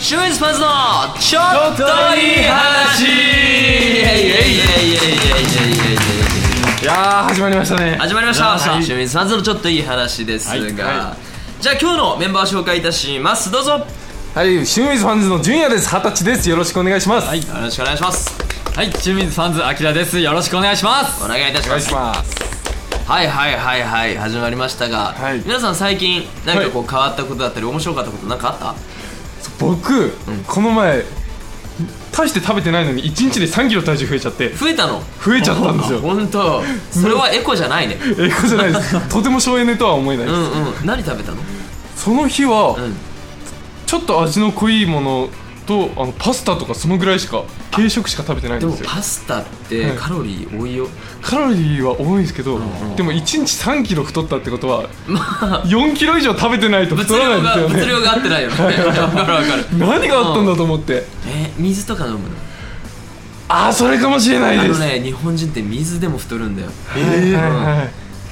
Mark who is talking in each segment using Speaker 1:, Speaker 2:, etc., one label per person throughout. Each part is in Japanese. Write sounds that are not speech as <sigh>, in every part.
Speaker 1: シューイズパンツのちょっと
Speaker 2: と
Speaker 1: い
Speaker 2: い
Speaker 1: い
Speaker 2: い
Speaker 1: 話
Speaker 2: 話いやー始まりましたね
Speaker 1: 始まりました、
Speaker 2: はい
Speaker 1: シューイズパンツのちょっといい話ですが、
Speaker 2: はいは
Speaker 1: じゃあ今日のメンバー紹介いたしますどうぞよ
Speaker 2: はいシューイズファンズのジュニアです二十歳ですよろしくお願いしますはい
Speaker 1: ろしくお願いします
Speaker 3: はい、チューミンズファンズ、アキラです。よろしくお願いします。
Speaker 1: お願いいたし
Speaker 2: お願
Speaker 1: ま
Speaker 2: い
Speaker 1: す
Speaker 2: します
Speaker 1: はいはいはいはい始まりましたが、
Speaker 2: はい
Speaker 1: 皆さん最近何かこう変わったことだったり面白かったことなんかあった、
Speaker 2: 僕、この前大して食べてないのに一日で3キロ体重増えちゃって
Speaker 1: 増えたの
Speaker 2: 増えちゃったんですよ
Speaker 1: 本当それはエコじゃないね
Speaker 2: えこじゃないです
Speaker 1: <laughs>
Speaker 2: とても省エネとは思えない、
Speaker 1: うんうん何食べたの
Speaker 2: その日は、
Speaker 1: ん
Speaker 2: ちょっと味の濃いものとあのパスタとかそのぐらいしか軽食しか食べてないん
Speaker 1: で
Speaker 2: で
Speaker 1: も
Speaker 2: すよ
Speaker 1: パスタって
Speaker 2: はい
Speaker 1: カロリー多いよ、
Speaker 2: カロリーは多いんですけど、でも1日3キロ太ったってことは、4キロ以上食べてないと
Speaker 1: 物
Speaker 2: 太ら
Speaker 1: 量
Speaker 2: ない
Speaker 1: が <laughs>
Speaker 2: んですよね
Speaker 1: 物量が合ってないよね分かる分かる
Speaker 2: 何があったんだと思って、
Speaker 1: え水とか飲むの
Speaker 2: ああそれかもしれな
Speaker 1: あ
Speaker 2: いで
Speaker 1: の
Speaker 2: す、
Speaker 1: ね日本人って水でも太るんだよ
Speaker 2: えーはいはい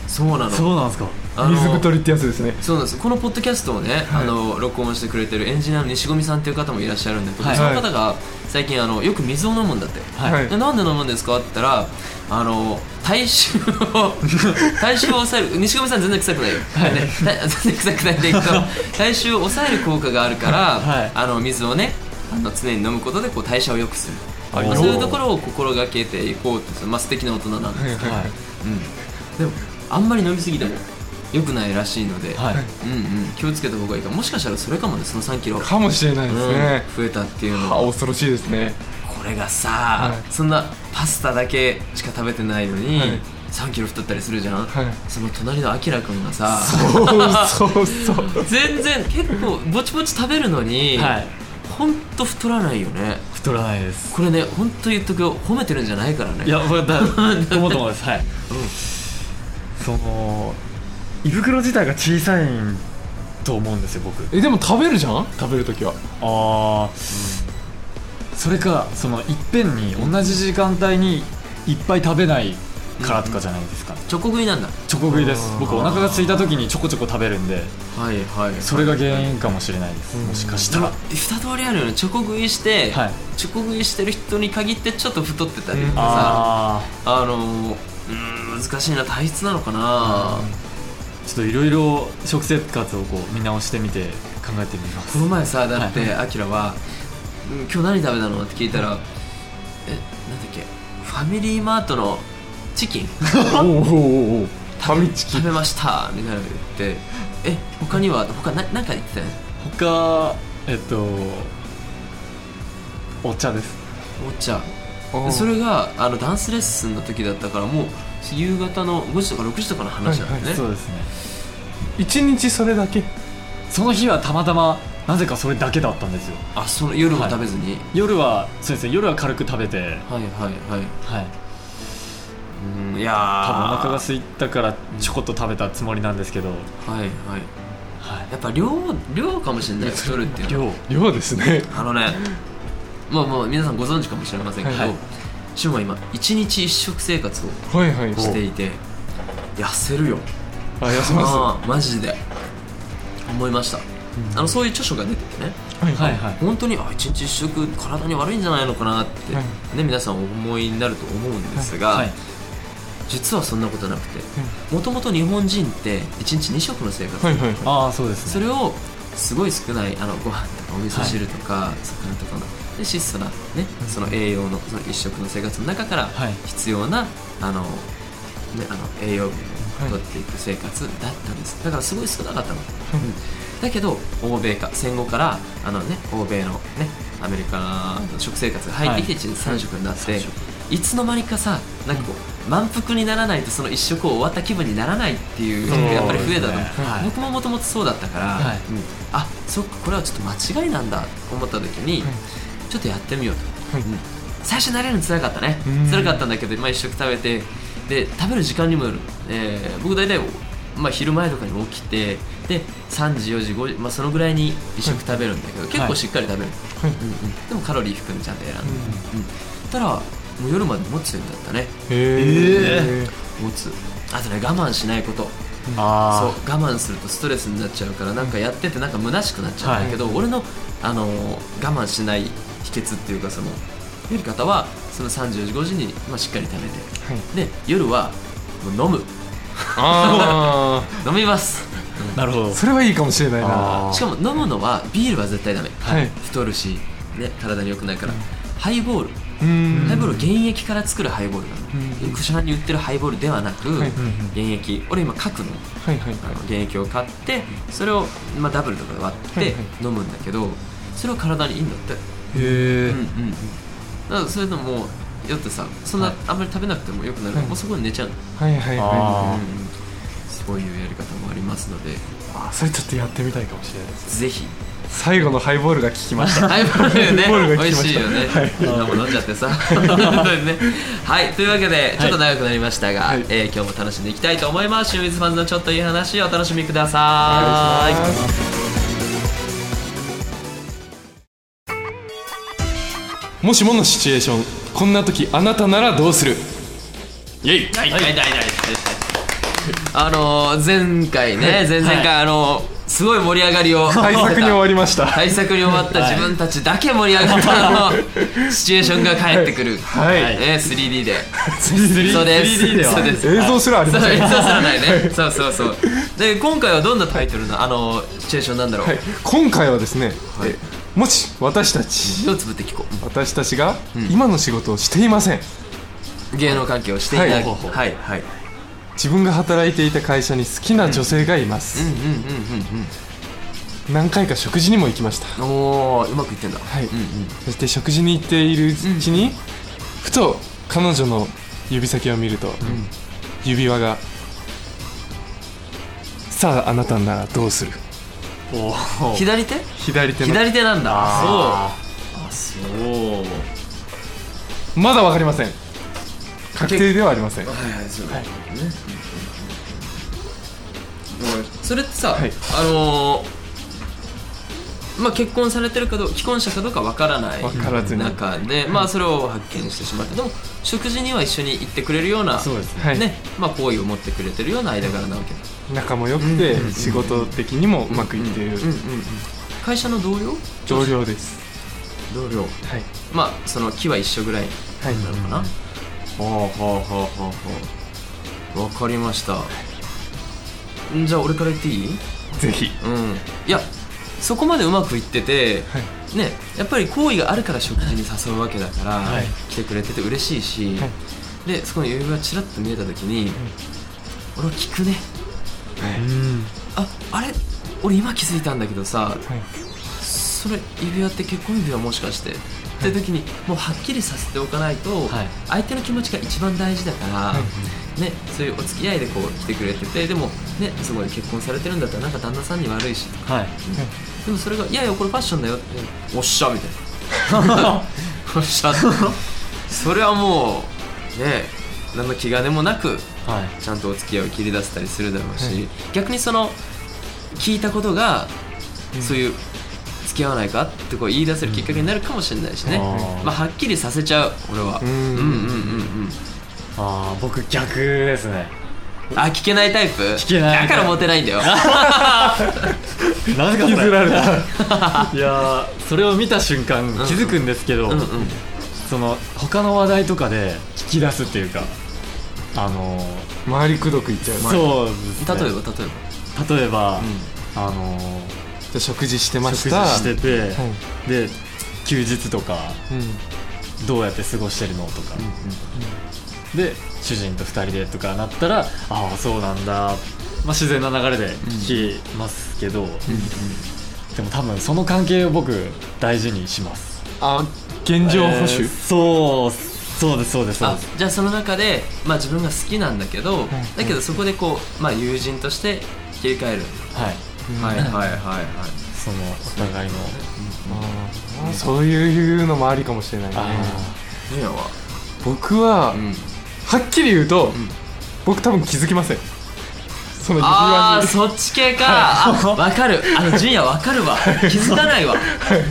Speaker 1: そうなの
Speaker 3: うなんですか。
Speaker 1: あの
Speaker 2: 水太りってやつですね
Speaker 1: そうなんですこのポッドキャストをね、あの録音してくれてるエンジニアの西込さんっていう方もいらっしゃるんだけど、
Speaker 3: はい
Speaker 1: その方が最近あのよく水を飲むんだって、
Speaker 3: はい
Speaker 2: はい
Speaker 1: でなんで飲むんですかって言ったらあの体臭
Speaker 3: <laughs>
Speaker 1: を体臭を抑える西込さん全然臭くないよ、ねた全然臭くないんだけど体臭を抑える効果があるから、
Speaker 3: はい
Speaker 1: あの水をねあの常に飲むことでこう代謝を良くするま
Speaker 3: あ
Speaker 1: あ
Speaker 3: よ
Speaker 1: そういうところを心がけていこうって、まあ、素敵な大人なんですけど、
Speaker 3: はい
Speaker 1: でもあんまり飲みすぎても良くないらしいので、
Speaker 3: はい。
Speaker 1: うんうん、気をつけた方がいいかももしかしたらそれかもねその3キロ、うん、増
Speaker 2: かもしれないですね、
Speaker 1: えたっていうの
Speaker 2: あ
Speaker 1: は
Speaker 2: 恐ろしいですね
Speaker 1: これがさ、
Speaker 2: はい
Speaker 1: そんなパスタだけしか食べてないのに、
Speaker 2: はい
Speaker 1: 3キロ太ったりするじゃん、
Speaker 2: はい
Speaker 1: その隣のあきらくんがさ
Speaker 2: そうそうそう
Speaker 1: 全然結構ぼちぼち食べるのに、
Speaker 3: はい。
Speaker 1: ほんと太らないよね
Speaker 3: 太らないです。
Speaker 1: これねほんと言っとくよ褒めてるんじゃないからね
Speaker 3: いや、僕 <laughs> だ、ともともです。はい。その、胃袋自体が小さいと思うんですよ、僕。
Speaker 2: <laughs> えでも食べるじゃん食べるときは
Speaker 3: ああ、それか、その、いっぺんに、同じ時間帯にいっぱい食べないからとかじゃないですか。
Speaker 1: チョコ食いなんだ
Speaker 3: チョコ食いです
Speaker 2: あー
Speaker 3: 僕お腹が空いた時にちょこちょこ食べるんで
Speaker 1: はいはい
Speaker 3: それが原因かもしれないですもしかしたら
Speaker 1: 二通りあるよねチョコ食いして、
Speaker 3: はい
Speaker 1: チョコ食いしてる人に限ってちょっと太ってたりとかさ、
Speaker 3: あ
Speaker 1: あのー、うーん難しいな体質なのかな、
Speaker 3: あちょっといろいろ食生活をこう見直してみて考えてみます
Speaker 1: この前さだって
Speaker 3: はい
Speaker 1: あきらは「うん今日何食べたの?」って聞いたら「えなんだっけファミリーマートのチキン
Speaker 2: おおおおおファミチキ
Speaker 1: 食べました」みたいなの言って「え他には他ななんか言ってたよね
Speaker 3: 他えっとお茶です
Speaker 1: お茶」
Speaker 2: お
Speaker 1: で
Speaker 2: ー
Speaker 1: それがあのダンスレッスンの時だったからもう夕方の5時とか6時とかの話なんだよね、
Speaker 3: そうですね
Speaker 2: 一日それだけ
Speaker 3: その日はたまたまなぜかそれだけだったんですよ
Speaker 1: あその夜も食べずに、
Speaker 3: 夜はそうですね夜は軽く食べて
Speaker 1: はい、はいはい
Speaker 3: はい
Speaker 1: うんいや
Speaker 3: 多分お腹が
Speaker 1: ー
Speaker 3: 空いたからちょこっと食べたつもりなんですけど
Speaker 1: はいはい
Speaker 3: はい
Speaker 1: やっぱ量量かもしれない太るっていうのは
Speaker 3: 量
Speaker 2: 量ですね
Speaker 1: あのね、まあまあ皆さんご存知かもしれませんけど、
Speaker 3: はい
Speaker 1: シュンは今一日一食生活を
Speaker 2: はいはい
Speaker 1: していて痩せるよ。
Speaker 2: あ痩せま
Speaker 1: あーマジで思いました。あのそういう著書が出ててね、
Speaker 2: すはい
Speaker 3: はいはい
Speaker 1: 本当にあ一日一食体に悪いんじゃないのかなって、
Speaker 2: は
Speaker 1: ね皆さんお思いになると思うんですが、
Speaker 3: はい
Speaker 1: 実はそんなことなくて、もともと日本人って一日二食の生活
Speaker 2: はいはいはい
Speaker 3: ああそうですね
Speaker 1: それをすごい少ないあのご飯とかお味噌汁とか魚とかので質素な、ね、その栄養のその一食の生活の中から
Speaker 3: はい
Speaker 1: 必要な、あのね、あの栄養分を取っていく生活だったんですだからすごい少なかったのだけど欧米化戦後からあの、ね、欧米の、ね、アメリカの食生活が入ってきて3食になって、
Speaker 3: はいい三、
Speaker 1: つの間にかさなんかこう満腹にならないとその1食を終わった気分にならないっていう人がやっぱり増えたと思う
Speaker 3: そうですねはい
Speaker 1: 僕ももともとそうだったから、
Speaker 3: はい
Speaker 1: うんあそっかこれはちょっと間違いなんだと思った時に、ちょっとやってみようと、
Speaker 2: はい
Speaker 1: うん最初慣れるの辛かったね
Speaker 2: うん
Speaker 1: 辛かったんだけど、まあ、一食食べてで食べる時間にもよる、えー僕大体、まあ、昼前とかに起きてで3時4時5時、まあ、そのぐらいに一食食べるんだけど、結構しっかり食べる、
Speaker 2: はい
Speaker 1: うんうんでもカロリー含んちゃんと選んで、うんたらもう夜まで持つようになったね
Speaker 2: へえ
Speaker 1: 持つあとね我慢しないこと
Speaker 3: あ
Speaker 1: そう我慢するとストレスになっちゃうからなんかやっててなんか虚しくなっちゃうんだけど、俺のああの我慢しない秘訣っていうかそのやり方はその35時に、まあ、しっかり食べて
Speaker 2: はい、
Speaker 1: で夜はもう飲む
Speaker 2: あ
Speaker 1: 飲みます
Speaker 3: なるほど
Speaker 2: あそれはいいかもしれないな
Speaker 3: あー
Speaker 1: しかも飲むのはビールは絶対ダメ、
Speaker 2: はい
Speaker 1: 太るし、ね、体に良くないから、ハイボール
Speaker 2: う
Speaker 1: ハイボー
Speaker 2: ん
Speaker 1: ルは原液から作るハイボールなの、
Speaker 2: うん
Speaker 1: クシャンに売ってるハイボールではなく、
Speaker 2: はい
Speaker 3: うんうん
Speaker 1: 原液俺今角の
Speaker 2: はいはい
Speaker 1: あ
Speaker 2: は
Speaker 1: の原液を買ってそれを、まあ、ダブルとかで割っ
Speaker 2: はい
Speaker 1: て
Speaker 2: は
Speaker 1: 飲むんだけどそれは体にいいんだって
Speaker 3: へえ
Speaker 1: うんうんだからそれでもうよってさそんな、
Speaker 3: はい
Speaker 1: あんまり食べなくてもよくなるから、
Speaker 2: はい
Speaker 1: もうそこで寝ちゃうの、
Speaker 2: いはいはい
Speaker 3: あ
Speaker 2: は
Speaker 3: ー
Speaker 1: うんうんそういうやり方もありますので
Speaker 2: いあーそれちょっとやってみたいかもしれないです
Speaker 1: ぜひ
Speaker 2: 最後のハイボールが効きまし
Speaker 1: <laughs>
Speaker 2: た
Speaker 1: ハイボールね
Speaker 2: ハイボールが
Speaker 1: 美味
Speaker 2: 来てました
Speaker 1: しいよね、
Speaker 2: はい
Speaker 1: みんなも飲んじゃって
Speaker 2: <laughs>
Speaker 1: さ本当にねはいというわけでちょっと長くなりましたが、
Speaker 2: はい
Speaker 1: えー今日も楽しんでいきたいと思います清水ファンズのちょっといい話をお楽しみください
Speaker 2: もしものシチュエーションこんな時あなたならどうするイェイ
Speaker 1: はいはいはいはいあのー前回ね、前々回、あのーすごい盛り上がりを
Speaker 2: 対策に終わりました
Speaker 1: 対策に終わった
Speaker 3: はい
Speaker 1: 自分たちだけ盛り上が
Speaker 2: <laughs>
Speaker 1: ったあのシチュエーションが返ってくる、
Speaker 2: はいはい
Speaker 1: ね、3D で <laughs> そうです
Speaker 3: 3D では
Speaker 1: そうです
Speaker 2: 映像すらあり
Speaker 1: そ
Speaker 2: ま
Speaker 1: う
Speaker 2: せん
Speaker 1: そうそうないねそうそうそうで今回はどんなタイトルのあのシチュエーションなんだろう、
Speaker 2: はい、今回はですね、
Speaker 1: はい
Speaker 2: えもし私たち
Speaker 1: 目をつぶって聞こう
Speaker 2: 私たちが今の仕事をしていません
Speaker 1: 芸能関係をしていない
Speaker 2: はい
Speaker 1: はいはい
Speaker 2: 自分が働いていた会社に好きな女性がいます、
Speaker 1: うんうん
Speaker 2: 何回か食事にも行きました
Speaker 1: うんうんおおうまくいってんだ
Speaker 2: はい、
Speaker 1: うんうん
Speaker 2: そして食事に行っているうちに、ふと彼女の指先を見ると、指輪が「さああなたならどうする?
Speaker 3: おー
Speaker 1: 左手」
Speaker 2: 左手の
Speaker 1: 左手なんだそう
Speaker 3: そう
Speaker 2: まだ分かりません確定ではありません
Speaker 1: はいはいそうだね、それってさ、
Speaker 2: はい
Speaker 1: あのーまあ、結婚されてるかどう既婚者かどうかわからない
Speaker 2: わからずに
Speaker 1: 中で、まあ、それを発見してしまってでも食事には一緒に行ってくれるような
Speaker 3: そうですね
Speaker 2: はい、
Speaker 1: ねまあ、好意を持ってくれてるような間柄なわけだ、
Speaker 2: 仲も良くて仕事的にもうまくいっている
Speaker 1: 会社の同僚
Speaker 2: 同僚です
Speaker 1: 同僚
Speaker 2: はい
Speaker 1: まあその木は一緒ぐらい
Speaker 2: はい
Speaker 1: なのかな、はあはあはあはあわかりましたんじゃあ俺から言っていい
Speaker 2: ぜひ
Speaker 1: うんいやそこまでうまくいってて、
Speaker 2: はい
Speaker 1: ね、やっぱり好意があるから食事に誘うわけだから、
Speaker 3: はい
Speaker 1: 来てくれてて嬉しいし、
Speaker 2: はい
Speaker 1: でそこに指輪ちらっと見えた時に、俺は聞くね
Speaker 3: うん
Speaker 1: ああれ俺今気づいたんだけどさ
Speaker 2: はい
Speaker 1: それ指輪って結婚指輪もしかして、って時にもうはっきりさせておかないと、
Speaker 3: はい
Speaker 1: 相手の気持ちが一番大事だから、ね、そういうお付き合いでこう来てくれててでも、ね、すごい結婚されてるんだったらなんか旦那さんに悪いし
Speaker 3: はい
Speaker 1: でもそれが「いやいやこれファッションだよ」って「おっしゃ」みたい
Speaker 3: <laughs>
Speaker 1: な「おっしゃ」それはもうね何の気兼ねもなく
Speaker 3: はい
Speaker 1: ちゃんとお付き合いを切り出せたりするだろうし、逆にその聞いたことが、そういう付き合わないかってこう言い出せるきっかけになるかもしれないしね、
Speaker 3: あー
Speaker 1: まあ、はっきりさせちゃう俺は
Speaker 2: うん
Speaker 1: うんうんうん
Speaker 3: ああ僕逆ですね
Speaker 1: うんあ聞けないタイプ聞
Speaker 3: けない
Speaker 1: だからモテないんだ
Speaker 3: <laughs>
Speaker 1: よ
Speaker 3: なぜか
Speaker 2: 譲られ <laughs> た
Speaker 3: いやーそれを見た瞬間気づくんですけど、
Speaker 1: うんうん
Speaker 3: その他の話題とかで聞き出すっていうかあのー
Speaker 2: 周りくどくいっちゃうじゃ
Speaker 3: そうですね
Speaker 1: 例えば例えば
Speaker 3: 例えば、
Speaker 1: ん
Speaker 3: あのー
Speaker 2: あ食事してまし
Speaker 3: 食事
Speaker 2: た
Speaker 3: してて、
Speaker 2: は
Speaker 3: で休日とか
Speaker 2: いうん
Speaker 3: どうやって過ごしてるのとか、で主人と2人でとかなったらああそうなんだ、まあ、自然な流れで聞きますけど、でも多分その関係を僕大事にします
Speaker 2: あ現状保守、
Speaker 3: えーそうそうですそうですそう
Speaker 1: あ
Speaker 3: です
Speaker 1: じゃあその中で、まあ、自分が好きなんだけど、だけどそこでこう、まあ、友人として切り替える、
Speaker 3: はい
Speaker 1: はいはいはいはい
Speaker 3: そのお互いの
Speaker 2: あーそういうのもありかもしれないね
Speaker 3: あ
Speaker 1: ねやは
Speaker 2: 僕は、
Speaker 1: うん
Speaker 2: はっきり言うと、僕多分気づきませんその指
Speaker 1: あ
Speaker 2: 輪
Speaker 1: ー
Speaker 2: に
Speaker 1: そっち系かあわかるあの純也わかるわ気づかないわ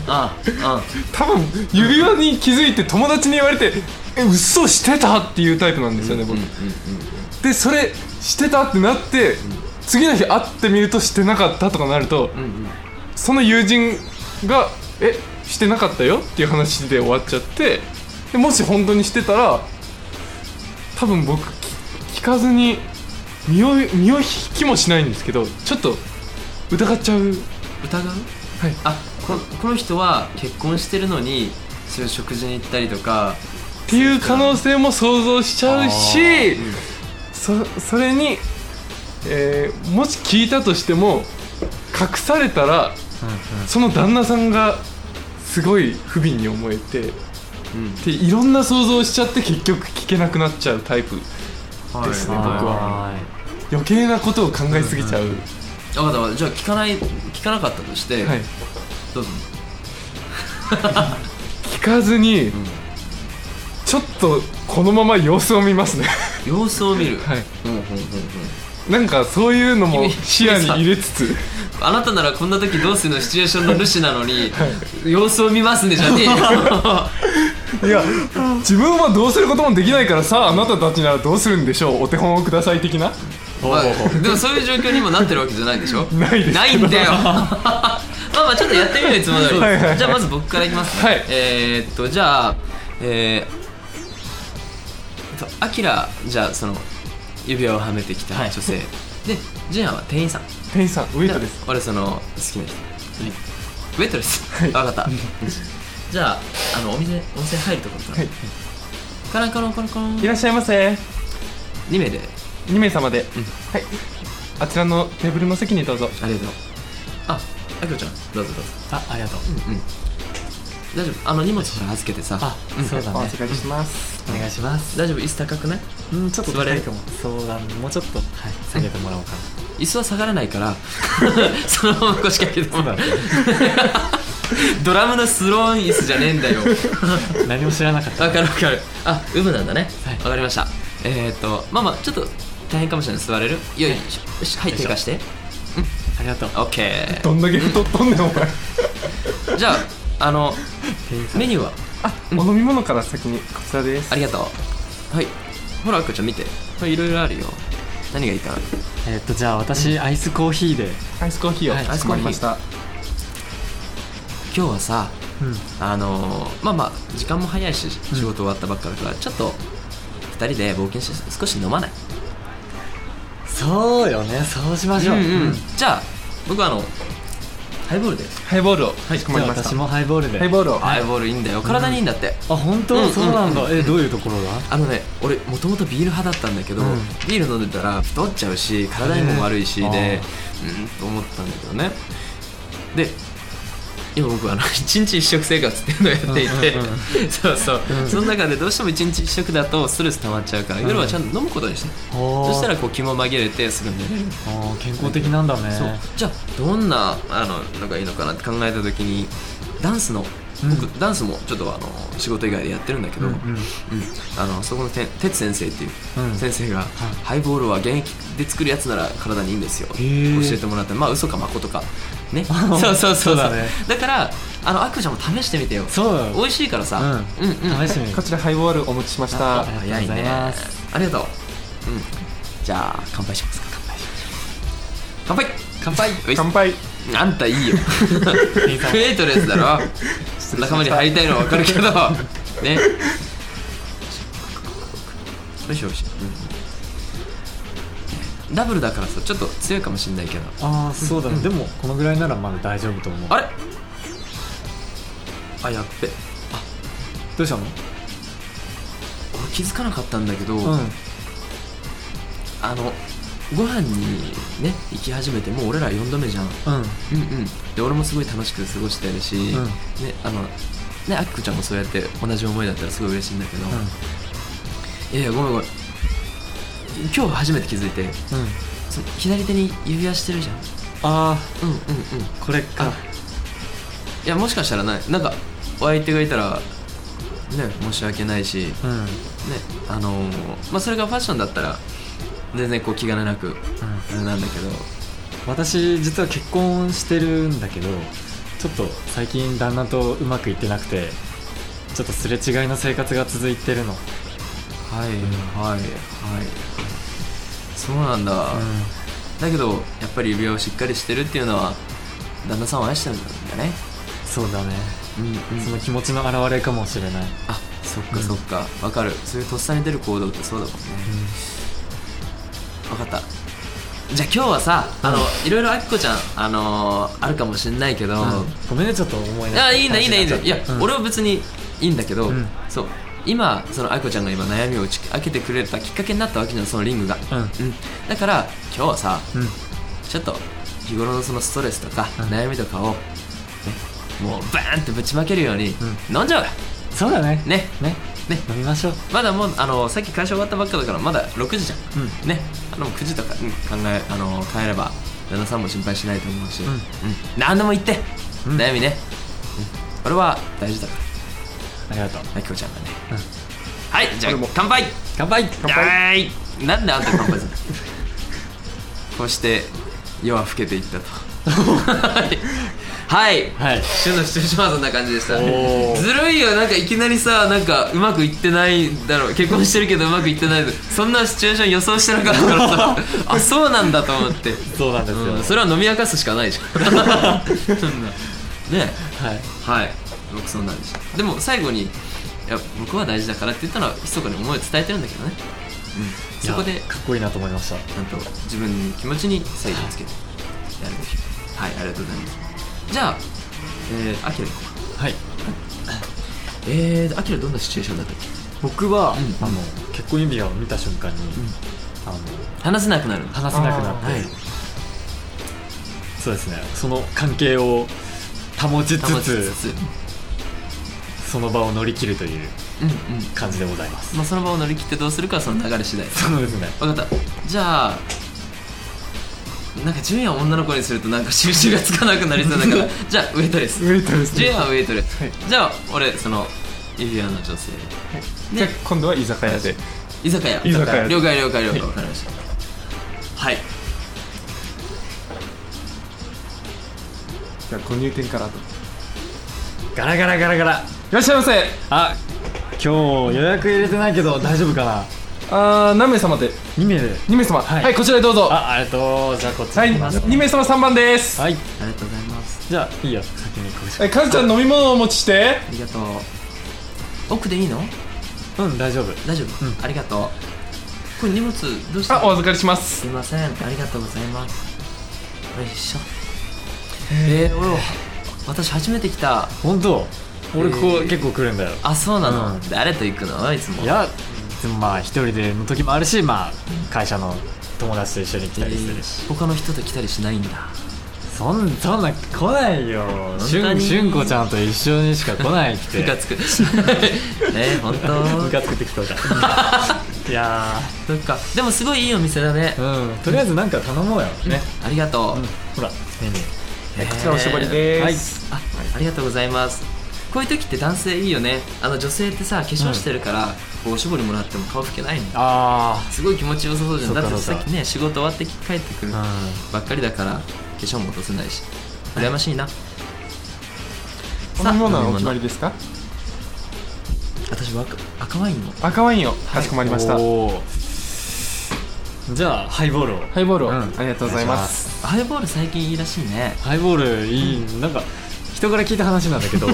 Speaker 1: ああ
Speaker 2: 多分指輪に気づいて友達に言われて「え嘘してた?」っていうタイプなんですよね、僕、でそれしてたってなって、次の日会ってみるとしてなかったとかなると、
Speaker 1: うんうん
Speaker 2: その友人がえしてなかったよっていう話で終わっちゃってでもし本当にしてたら多分僕き聞かずに身を身を引きもしないんですけどちょっと疑っちゃう
Speaker 1: 疑う
Speaker 2: はい
Speaker 1: あここの人は結婚してるのにそういう食事に行ったりとか
Speaker 2: っていう可能性も想像しちゃうしそそれに、えーもし聞いたとしても隠されたらその旦那さんがすごい不憫に思えて
Speaker 1: うん
Speaker 2: でいろんな想像しちゃって結局聞けなくなっちゃうタイプ
Speaker 1: はい
Speaker 2: ですね
Speaker 1: はい
Speaker 2: 僕は
Speaker 3: ーい
Speaker 2: 余計なことを考えすぎちゃう、
Speaker 1: あわかったわかったじゃあ聞かない聞かなかったとして、
Speaker 2: はい、
Speaker 1: どうぞ
Speaker 2: 聞かずに、ちょっとこのまま様子を見ますね
Speaker 1: 様子を見る、
Speaker 2: はい
Speaker 1: うんうんうんうん
Speaker 2: なんかそういうのも
Speaker 1: 君
Speaker 2: 視野に入れつつ
Speaker 1: あなたならこんな時どうするのシチュエーションの主なのに、様子を見ますねじゃ
Speaker 2: <laughs>
Speaker 1: ねえよ
Speaker 2: いや自分はどうすることもできないからさああなたたちならどうするんでしょうお手本をください的な
Speaker 3: お
Speaker 1: ま
Speaker 3: ー
Speaker 1: あでもそういう状況にもなってるわけじゃないでしょ
Speaker 2: ないです
Speaker 1: ないんだ
Speaker 2: <laughs>
Speaker 1: よまあまあちょっとやってみよういつも通り、
Speaker 2: はいはいはい
Speaker 1: じゃあまず僕からいきますね、
Speaker 2: はい
Speaker 1: えー、っとじゃあえーとアキラじゃあその指輪をはめてきた
Speaker 3: はい
Speaker 1: 女性、でジェアンは店員さん
Speaker 2: 店員さんウェイトです
Speaker 1: 俺その好きな人ウェイトレス、
Speaker 2: い
Speaker 1: 分かったじゃああのお店お店入るところから、
Speaker 2: はい
Speaker 1: カランカランカランカラン
Speaker 2: いらっしゃいませ
Speaker 1: 2名で
Speaker 2: 2名様で、はいあちらのテーブルの席にどうぞ
Speaker 1: ありがとうああきこちゃんどうぞどうぞ
Speaker 3: あありがとう
Speaker 1: 大丈夫あの荷物ほら預けてさ
Speaker 3: あそうだ
Speaker 2: お
Speaker 3: ね
Speaker 2: 預かりします
Speaker 3: お願いします
Speaker 1: 大丈夫椅子高くない
Speaker 3: うんちょっと
Speaker 1: 座れ
Speaker 3: 高いかもそうだねもうちょっとはい下げてもらおうかな
Speaker 1: 椅子は下がらないから <laughs> そのまま腰掛けてもらう
Speaker 3: そうだね
Speaker 1: <laughs> ドラムのスローン椅子じゃねえんだよ
Speaker 3: 何も知らなかった
Speaker 1: わかるわかるあウブなんだね
Speaker 3: はい
Speaker 1: わかりましたえーっとまあまあちょっと大変かもしれない座れるよいしょよしはい
Speaker 3: よいし
Speaker 1: 手
Speaker 3: ょ
Speaker 1: 貸して
Speaker 3: ありがとう
Speaker 1: OK
Speaker 2: どんだけ太っとんねんお前
Speaker 1: じゃああの
Speaker 3: 店員さん
Speaker 1: メニューは
Speaker 2: お飲み物から先にこちらです
Speaker 1: ありがとうはいほらあきこちゃん見てこれいろいろあるよ何がいいかな
Speaker 3: えーっとじゃあ私アイスコーヒーで
Speaker 2: アイスコーヒーを
Speaker 3: はい
Speaker 2: かしこまりました
Speaker 1: 今日はさ
Speaker 3: うん
Speaker 1: あのーまあまあ時間も早いし仕事終わったばっかだから、ちょっと2人で冒険して少し飲まない
Speaker 3: そうよねそうしましょううん
Speaker 1: じゃあ僕はあのハイボールで
Speaker 2: ハイボールをか
Speaker 3: はい
Speaker 2: し
Speaker 3: じ
Speaker 2: こま
Speaker 3: ゃあ
Speaker 2: りまし
Speaker 3: 私
Speaker 2: た
Speaker 3: もハイボールで
Speaker 2: ハイボールを
Speaker 1: ハイボールいいんだよ体にいいんだって、
Speaker 3: あ本
Speaker 1: うんうんう
Speaker 3: 当
Speaker 1: ん
Speaker 3: そうなんだえどういうところが
Speaker 1: あのね俺もともとビール派だったんだけど、
Speaker 3: うん
Speaker 1: ビール飲んでたら太っちゃうし体にも悪いし
Speaker 3: へー
Speaker 1: で
Speaker 3: あ
Speaker 1: うんと思ったんだけどねで今僕はあの一日一食生活っていうのをやっていて、
Speaker 3: うんうん
Speaker 1: <laughs> そうそう、その中でどうしても一日一食だとストレス溜まっちゃうから、夜はちゃんと飲むことにして
Speaker 3: そ
Speaker 1: そしたらこう気も紛れてすぐ寝れる、
Speaker 3: 健康的なんだね
Speaker 1: そうじゃあどんなあののがいいのかなって考えた時にダンスの僕、ダンスもちょっとあの仕事以外でやってるんだけど、
Speaker 3: う
Speaker 1: うんん
Speaker 3: うん
Speaker 1: あのそこのて哲先生っていう
Speaker 3: うん
Speaker 1: 先生が、ハイボールは現役で作るやつなら体にいいんですよ教
Speaker 3: ー
Speaker 1: えてもらってまあ嘘かまことかね <laughs> そうそうそうそ
Speaker 3: そうう
Speaker 1: だ,、
Speaker 3: だね
Speaker 1: からあのアクちゃんも試してみてよ
Speaker 3: そうだよ
Speaker 1: 美味しいからさ、うん、うん
Speaker 3: 試してみる
Speaker 2: こちらハイボールお持ちしました
Speaker 3: あ
Speaker 1: 早い
Speaker 3: ありがとうござい
Speaker 1: ね
Speaker 3: ます
Speaker 1: ありがとう、うん、じゃあ乾杯しますか乾杯乾杯乾
Speaker 2: 乾杯
Speaker 1: あんたい <laughs> いよクエイトレスだろ仲間に入りたいのは分かる <laughs> けどねよいしょよいしょ、うんダブルだからさちょっと強いかもしんないけど
Speaker 3: ああそうだねでもこのぐらいならまだ大丈夫と思う
Speaker 1: あれあやっべ
Speaker 3: どうしたの
Speaker 1: 俺気づかなかったんだけど、
Speaker 3: うん
Speaker 1: あのご飯にね行き始めてもう俺ら4度目じゃん
Speaker 3: うん
Speaker 1: うんうん、で俺もすごい楽しく過ごしてるし、
Speaker 3: ん
Speaker 1: ねあのねあきこちゃんもそうやって同じ思いだったらすごい嬉しいんだけど、いやいやごめんごめん今日初めて気づいて
Speaker 3: うん
Speaker 1: その左手に指輪してるじゃん
Speaker 3: あ
Speaker 1: うんうんうん
Speaker 3: あこれか
Speaker 1: いやもしかしたらないなんかお相手がいたらね申し訳ないしね
Speaker 3: うんうん
Speaker 1: あのーまあそれがファッションだったら全然こう気兼ねなくあれなんだけど
Speaker 3: 私実は結婚してるんだけどちょっと最近旦那とうまくいってなくてちょっとすれ違いの生活が続いてるの
Speaker 1: はいはいはいそうなんだ、
Speaker 3: う
Speaker 1: だけどやっぱり指輪をしっかりしてるっていうのは旦那さんを愛してるんだね
Speaker 3: んそうだね、
Speaker 1: うんうん
Speaker 3: その気持ちの表れかもしれない、
Speaker 1: あそっかそっかわかるそういうとっさに出る行動ってそうだもんねわかったじゃあ今日はさあのいろいろあきこちゃんあのーあるかもしれないけど、
Speaker 3: ごめんねちょっと思い
Speaker 1: い
Speaker 3: 出
Speaker 1: やいいんだいいんだいいんだいや、俺
Speaker 3: は
Speaker 1: は別にいいんだけど、
Speaker 3: うん
Speaker 1: そう今そのあいこちゃんが今悩みを打ち明けてくれたきっかけになったわけじゃんそのリングが、
Speaker 3: うん
Speaker 1: うん、だから今日はさ
Speaker 3: うん
Speaker 1: ちょっと日頃のそのストレスとか、
Speaker 3: うん
Speaker 1: 悩みとかを、ね、もうバーンってぶちまけるように、飲んじゃおう
Speaker 3: そうだね
Speaker 1: ね
Speaker 3: ね
Speaker 1: ね
Speaker 3: 飲みましょう
Speaker 1: まだもうあのさっき会社終わったばっかだからまだ6時じゃん、
Speaker 3: う
Speaker 1: ねあの9時とか、うん考えあの帰れば旦那さんも心配しないと思うし、
Speaker 3: ん
Speaker 1: うん何でも言って、
Speaker 3: うん
Speaker 1: 悩みね、うん、俺は大事だから
Speaker 3: ありがとう
Speaker 1: あきこちゃんがね、
Speaker 3: うん
Speaker 1: はいじゃあ乾杯
Speaker 3: 乾杯乾
Speaker 1: はーいなんであんた乾杯する
Speaker 3: <laughs>
Speaker 1: のこうして夜は更けていったと
Speaker 3: <laughs>
Speaker 1: はい
Speaker 3: はい
Speaker 1: 旬のシチュエーションはそんな感じでした
Speaker 3: おー
Speaker 1: ずるいよなんかいきなりさなんかうまくいってないだろう結婚してるけどうまくいってないそんなシチュエーション予想してなかったからさあそうなんだと思って、
Speaker 3: そうなんですよ、
Speaker 1: うん、それは飲み明かすしかないじゃんそんなねえ
Speaker 3: はい
Speaker 1: はい僕そうなんでしたでも最後にいや僕は大事だからって言ったのは密かに思いを伝えてるんだけどね、うん、そこ
Speaker 3: い
Speaker 1: で
Speaker 3: やかっこいいなと思いました
Speaker 1: ちゃんと自分の気持ちに制限つけてやるべきはいありがとうございますじゃあえー、アキラ行こうか
Speaker 3: はい
Speaker 1: えー、アキラどんなシチュエーションだったっけ
Speaker 3: 僕は、
Speaker 1: うん
Speaker 3: あの結婚指輪を見た瞬間に、あの
Speaker 1: 話せなくなる
Speaker 3: 話せなくなって、
Speaker 1: あーはい
Speaker 3: そうですねその関係を保ちつ
Speaker 1: 保ち
Speaker 3: つ
Speaker 1: つつ
Speaker 3: その場を乗り切るという
Speaker 1: うんうん
Speaker 3: 感じでございます
Speaker 1: まあその場を乗り切ってどうするかはその流れ次第
Speaker 3: そうですね
Speaker 1: 分かったじゃあなんか純也を女の子にするとなんか収集がつかなくなりそうだ
Speaker 2: <laughs>
Speaker 1: からじゃあウェイトレス
Speaker 2: ウェイトレス
Speaker 1: 純
Speaker 2: で
Speaker 1: 也はウェイトレス、
Speaker 2: はい
Speaker 1: じゃあ俺その指輪の女性
Speaker 2: じゃあ今度は居酒屋で
Speaker 1: 居酒屋
Speaker 2: 居酒屋
Speaker 1: 了解了解了解分かりましたはい
Speaker 2: じゃあご入店からとい
Speaker 3: ガラガラガラガラ
Speaker 2: らっしゃいませ
Speaker 3: あ今日予約入れてないけど大丈夫かな
Speaker 2: あー何名様で
Speaker 3: 2名で
Speaker 2: 2名様
Speaker 3: は
Speaker 2: はいい、こちらへどうぞは
Speaker 3: あありがとうじゃあこっ
Speaker 2: い
Speaker 3: ち行きます
Speaker 2: 2名様3番です
Speaker 3: はい
Speaker 1: ありがとうございます
Speaker 3: じゃあいいよ先にこっち
Speaker 2: えカズちゃん飲み物をお持ちして
Speaker 1: ありがとう奥でいいの
Speaker 3: うん大丈夫
Speaker 1: 大丈夫、ありがとうこれ荷物どうした
Speaker 2: あお預かりします
Speaker 1: すいませんありがとうございますよいしょえー、俺は私初めて来た
Speaker 3: 本当俺ここ
Speaker 1: えー
Speaker 3: 結構来るんだよ
Speaker 1: あそうなの、
Speaker 3: うん
Speaker 1: 誰と行くのいつも
Speaker 3: いやでもまあ一人での時もあるしまあ会社の友達と一緒に来たりするし、
Speaker 1: えー他の人と来たりしないんだ
Speaker 3: そんそんな来ないよし
Speaker 1: 当
Speaker 3: ゅん
Speaker 1: に
Speaker 3: しゅんこちゃんと一緒にしか来ないって
Speaker 1: ムカつくえー、本
Speaker 3: ム
Speaker 1: 当
Speaker 3: カつくてきそうだいや
Speaker 1: そっかでもすごいいいお店だね、
Speaker 3: ーうんとりあえずなんか頼もうよね、
Speaker 1: ありがとう、
Speaker 3: ほらメニュ
Speaker 1: えー
Speaker 2: こちらおしぼりです、
Speaker 1: あありがとうございますこういう時って男性いいよねあの女性ってさ化粧してるから、こうおしぼりもらっても顔拭けないの
Speaker 3: ーあ
Speaker 1: すごい気持ちよさそうじゃん
Speaker 3: そっ
Speaker 1: だ
Speaker 3: か
Speaker 1: って
Speaker 3: そっ
Speaker 1: さ
Speaker 3: か
Speaker 1: っきね仕事終わって帰ってくるば
Speaker 3: あ
Speaker 1: っかりだから化粧も落とせないし羨ましいな、
Speaker 2: 飲み物は
Speaker 1: 飲み物
Speaker 2: お決まりですか
Speaker 1: 私は赤赤ワインを
Speaker 2: 赤ワインをかしこま
Speaker 3: う
Speaker 2: り
Speaker 3: ん
Speaker 2: ました、
Speaker 3: おーじゃあハイボールを
Speaker 2: ハイボールを、
Speaker 3: うん
Speaker 2: ありがとうございます
Speaker 1: ハイボール最近いいらしいね
Speaker 3: ハイボールいい、なんか人から聞いた話なん
Speaker 1: <laughs>
Speaker 3: だけど、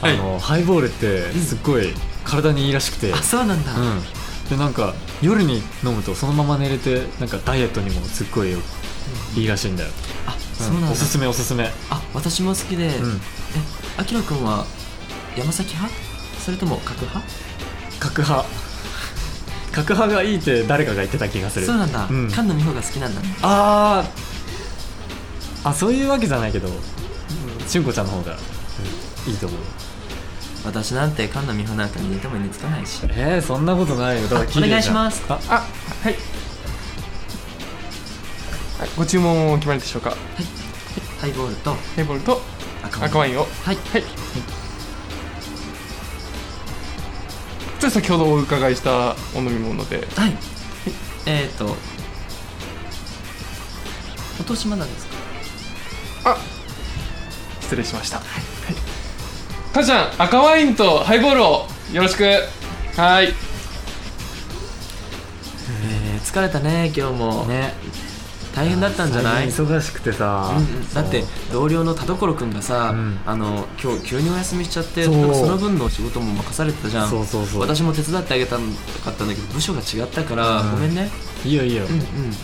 Speaker 3: あのハイボールってすっごい体にいいらしくて、
Speaker 1: あそうなんだ、
Speaker 3: うん、でなんか夜に飲むとそのまま寝れてなんかダイエットにもすっごいよいいらしいんだよ、
Speaker 1: あそうな
Speaker 3: う
Speaker 1: ん
Speaker 3: ん、
Speaker 1: だ、
Speaker 3: おすすめおすすめ、
Speaker 1: あ私も好きで、
Speaker 3: うん、
Speaker 1: えあきらくんは山崎派それとも角派
Speaker 3: 角派角派がいいって誰かが言ってた気がする
Speaker 1: そうなんだ、
Speaker 3: うん
Speaker 1: 菅野美穂が好きなんだね
Speaker 3: あーあそういうわけじゃないけどしゅんこちゃんの方が、うんいいと思う
Speaker 1: 私なんて菅野美穂なんかに似ても似つかないし
Speaker 3: えー、そんなことないよだから聞いてる
Speaker 1: お願い
Speaker 3: じ
Speaker 1: し
Speaker 3: ゃん
Speaker 1: ます
Speaker 3: あ
Speaker 2: あはい、はい、ご注文お決まりでしょうか
Speaker 1: ハイボールと
Speaker 2: ハイボールと
Speaker 1: 赤ワイン
Speaker 2: 赤ワインを
Speaker 1: はい
Speaker 2: はいじゃあ先ほどお伺いしたお飲み物で
Speaker 1: はいえっ、ー、とお年しまだですか
Speaker 2: あ失礼しましたはいかーちゃん赤ワインとハイボールをよろしくはい
Speaker 1: えー、疲れたね今日も
Speaker 3: ね
Speaker 1: 大変だったんじゃない
Speaker 3: 最近忙しくてさ、
Speaker 1: うんうんだって同僚の田所君がさ、
Speaker 3: うん
Speaker 1: あの今日急にお休みしちゃって
Speaker 3: そう
Speaker 1: なんかその分の仕事も任されてたじゃん
Speaker 3: そうそうそう
Speaker 1: 私も手伝ってあげたんかったんだけど部署が違ったから、
Speaker 3: うん
Speaker 1: ごめんね
Speaker 3: いいよいいよ、
Speaker 1: うんうん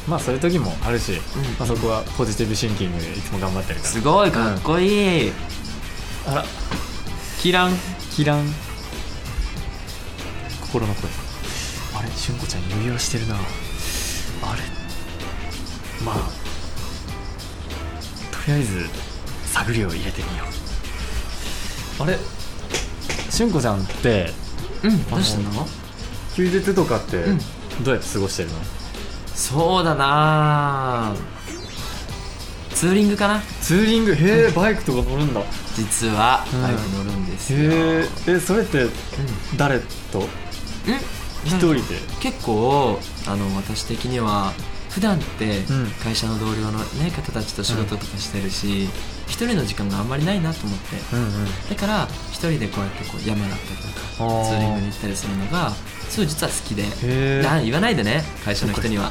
Speaker 3: まあそういう時もあるし、
Speaker 1: うん
Speaker 3: まあ、そこはポジティブシンキングでいつも頑張ってるか
Speaker 1: すごいかっこいい、
Speaker 3: らあら
Speaker 1: キラン
Speaker 3: キラン心の声あれしゅんこちゃん余裕はしてるなあれまあとりあえず探りを入れてみようあれしゅんこちゃんって
Speaker 1: うんどうしたの
Speaker 3: 休日とかって
Speaker 1: うん
Speaker 3: どうやって過ごしてるの、
Speaker 1: そうだなあツーリングかな
Speaker 3: ツーリングへえバイクとか乗るんだへ
Speaker 1: 実は
Speaker 3: うん
Speaker 1: バイク乗るんですよ、
Speaker 3: ええそれって誰と
Speaker 1: うん
Speaker 3: 一人で
Speaker 1: 結構あの私的には普段って
Speaker 3: うん
Speaker 1: 会社の同僚の、ね、方たちと仕事とかしてるし一、人の時間があんまりないなと思って
Speaker 3: うんうん
Speaker 1: だから一人でこうやってこう山だったりとか
Speaker 3: あー
Speaker 1: ツーリングに行ったりするのがすごい実は好きで
Speaker 3: へえ
Speaker 1: あ言わないでね会社の人には